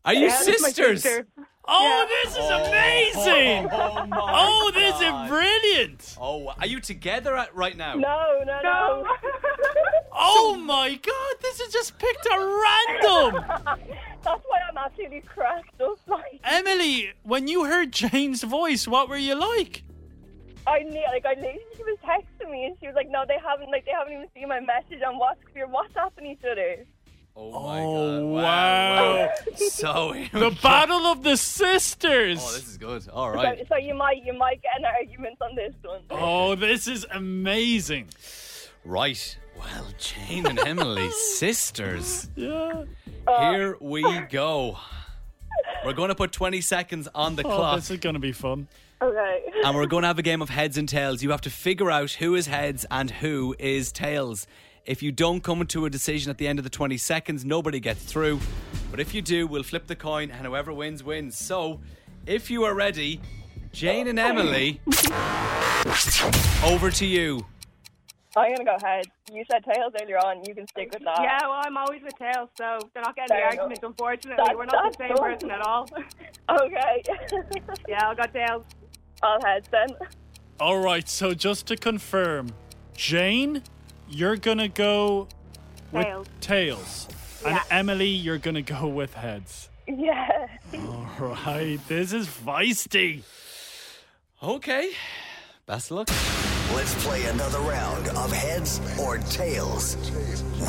Are you
Yeah, that's my
sisters?
sister.
Oh, this is amazing!
Oh, oh, my
Oh, this
God.
is brilliant!
Oh, are you together at, right now?
No, no, no.
Oh my god, this is just picked at random!
That's why I'm absolutely cracked up. Like
Emily, when you heard Jane's voice, what were you like?
I knew, like I knew she was texting me, and she was like, "No, they haven't. Like they haven't even seen my message on WhatsApp. You're WhatsApping each other."
Oh my god.
wow.
so here we
The
go.
Battle of the Sisters!
Oh, this is good. All
So-
right.
So, you might, you might get an argument on this one.
Oh, this is amazing.
Right. Well, Jane and Emily, sisters.
Yeah.
Here we go. We're going to put 20 seconds on the
Oh,
clock
this is going to be fun.
Okay.
and we're going to have a game of heads and tails. You have to figure out who is heads and who is tails. If you don't come to a decision at the end of the 20 seconds, nobody gets through. But if you do, we'll flip the coin and whoever wins, wins. So if you are ready, Jane and Emily, over to you.
I'm gonna go ahead. You said tails earlier on. You can stick with that.
Yeah, well, I'm always with tails, so they're not getting
Fair
the
enough.
argument, unfortunately.
That-
We're not the
that's
same
all.
person at all.
Okay.
yeah, I'll go tails.
All heads then.
All right, so just to confirm, Jane, you're going to go with
Tails.
tails. And Emily, you're going to go with heads.
Yeah.
All right, this is feisty.
Okay. Best of luck.
Let's play another round of heads or tails.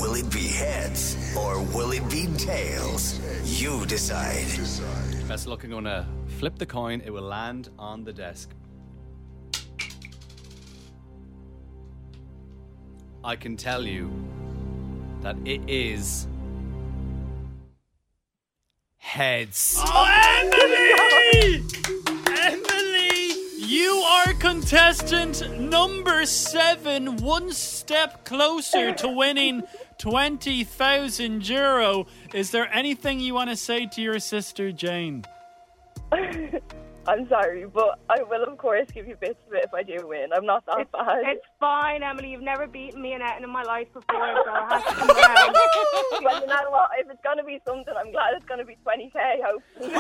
Will it be heads or will it be tails? You decide.
Best of luck. I'm going to flip the coin. It will land on the desk. I can tell you that it is heads.
Oh, Emily! Emily, you are contestant number seven, one step closer to winning 20,000 euro. Is there anything you want to say to your sister, Jane?
I'm sorry, but I will of course give you bits of it if I do win. I'm not that bad.
It's fine, Emily. You've never beaten me in anything in my life before, so I have to come around.
well, you know what? If it's gonna be something, I'm glad it's gonna be 20k.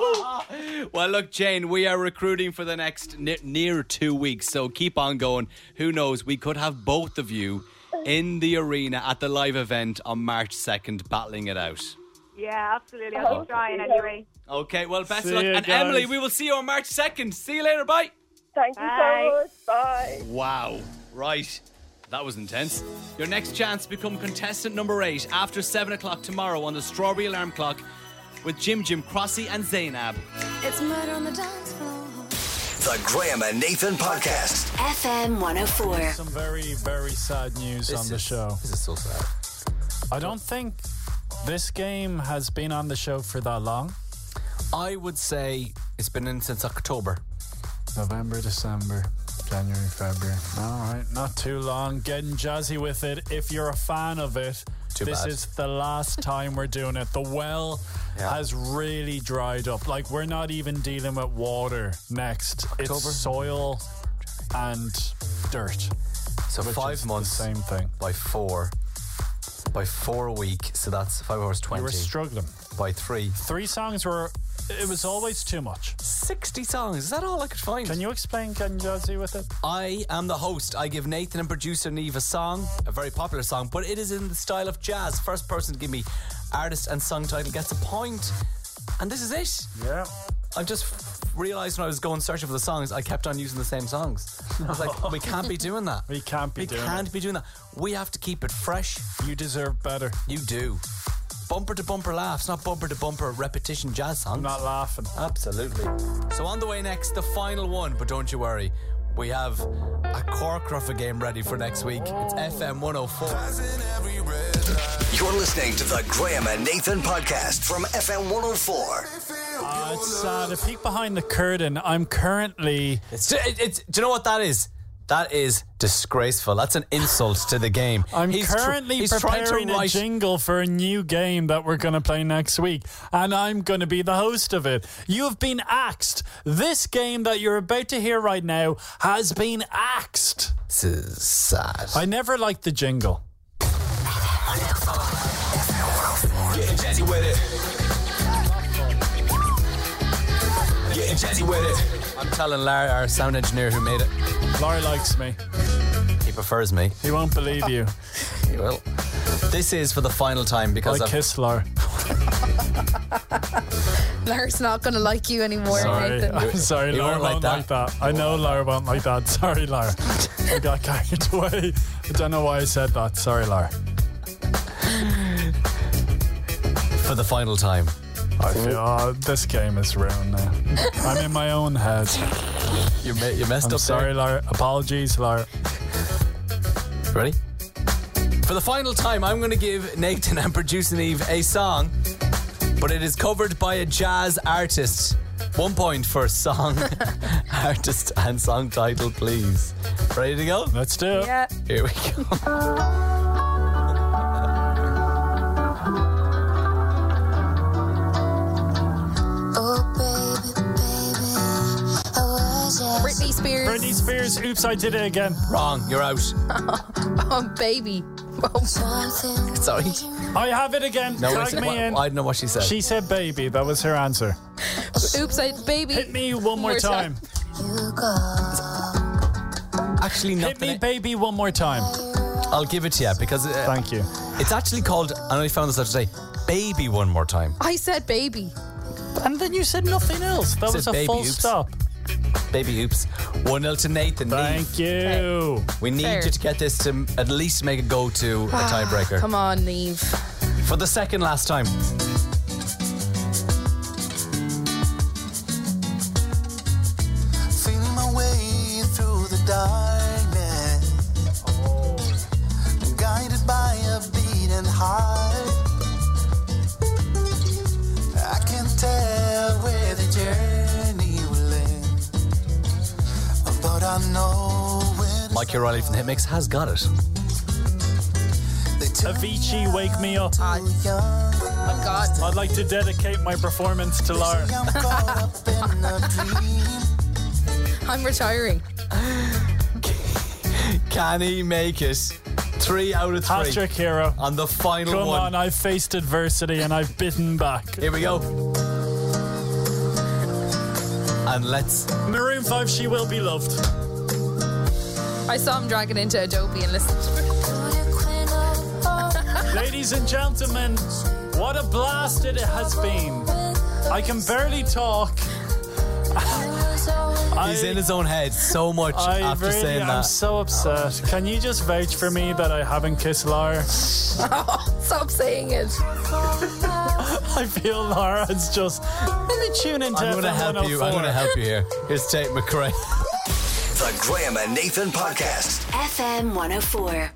Hopefully.
Well, look, Jane, we are recruiting for the next ne- near two weeks, so keep on going. Who knows? We could have both of you in the arena at the live event on March 2nd, battling it out.
Yeah, absolutely. I'll keep trying anyway.
Okay, well, best
See
of luck.
you
And
guys.
Emily, we will see you on March 2nd. See you later. Bye.
Thank
Bye.
you so much. Bye.
Wow. Right. That was intense. Your next chance to become contestant number eight after seven o'clock tomorrow on the Strawberry Alarm Clock with Jim Jim Crossy and Zainab.
It's murder on the dance floor.
The Graham and Nathan Podcast.
FM 104.
Some very, very sad news on the show.
This is so sad.
I don't think this game has been on the show for that long.
I would say it's been in since October.
November, December, January, February. All right, not too long. Getting jazzy with it. If you're a fan of it,
Too
this
bad.
is the last time we're doing it. The well
Yeah.
has really dried up. Like we're not even dealing with water next.
October.
It's soil and dirt.
So
which
five
is the
months.
same thing.
By four. By four a week. So that's five hours twenty.
were struggling.
By three.
Three songs were. It was always too much.
Sixty songs. Is that all I could find?
Can you explain getting jazzy with it?
I am the host. I give Nathan and producer Neve a song, a very popular song, but it is in the style of jazz. First person to give me artist and song title gets a point, and this is it.
Yeah.
I just realised when I was going searching for the songs, I kept on using the same songs. I was like, we can't be doing that.
We can't be
We
doing
can't be doing that. We have to keep it fresh.
You deserve better.
You do. Bumper to bumper laughs, not bumper to bumper repetition jazz songs.
I'm not laughing.
Absolutely. So on the way next, the final one, but don't you worry. We have a corker of a game ready for next week. It's FM 104.
You're listening to the Graham and Nathan Podcast from FM 104.
Uh, it's uh, the peek behind the curtain. I'm currently.
It's, it- it's, do you know what that is? That is disgraceful. That's an insult to the game.
I'm
He's tr-
currently
he's trying to
preparing a
write-
jingle for a new game that we're going to play next week, and I'm going to be the host of it. You have been axed. This game that you're about to hear right now has been axed.
This is sad.
I never liked the jingle.
Getting jazzy with it. Getting jazzy with it.
I'm telling Larry, our sound engineer who made it,
Laura likes me.
he prefers me.
He won't believe you.
He will. This is for the final time because
I
of-
kiss Laura.
Lara's not going to like you anymore,
Sorry,
Nathan.
I'm sorry,
He
Laura
won't
won't,
like that.
like that. I know Laura won't like that. Sorry, Laura. I got carried away. I don't know why I said that. Sorry, Laura.
for the final time.
I feel oh, this game is ruined now. I'm in my own head.
You, me- you messed
I'm
up.
sorry, Laura. Apologies, Laura.
there. Ready? For the final time, I'm going to give Nathan and producer Eve a song, but it is covered by a jazz artist. One point for song, artist, and song title, please. Ready to go?
Let's do it.
Yeah.
Here we go.
Britney Spears.
Britney Spears. Oops, I did it again.
Wrong, you're out.
Oh, baby. Oh,
Sorry.
I have it again.
No,
Tag
it's-
me
what-
in.
I don't know what she said.
She said baby. That was her answer.
Oops, I, baby.
Hit me one more time.
actually not.
Hit me,
the
baby, one more time.
I'll give it to you because uh,
Thank you.
it's actually called, and I found this out today, Baby One More Time.
I said baby.
And then you said nothing else. That
Said
was a
baby,
full
oops.
stop.
Baby Oops. 1 0 to Nathan. Niamh.
Thank you.
We need
Fair.
you to get this to m- at least make it go to a
Ah,
tiebreaker.
Come on, Neve.
For the second last time.
Feeling my way through the darkness. Guided by a beating heart. I can tell where the journey will end. But I know when
Mike O'Reilly from the Hitmix has got it.
they took
Avicii, wake me up.
young.
Oh, God.
I'd like to dedicate my performance to Laura.
I'm caught up in a dream.
I'm retiring.
Can he make it? Three out of three.
Patrick Hero.
On the final
Come
one.
on, I've faced adversity and I've bitten back.
Here we go. And let's.
Maroon 5, she will be loved.
I saw him dragging into Adobe and listened.
Ladies and gentlemen, what a blast it has been. I can barely talk.
He's in his own head so much
I
after
really
saying
am
that.
so upset. Can you just vouch for me that I haven't kissed Laura?
Stop saying it.
I feel Laura's just. Let me tune into
I'm going to
FM
help you. I'm
104.
going to help you here. Here's Tate McRae.
The Graham and Nathan Podcast.
FM 104.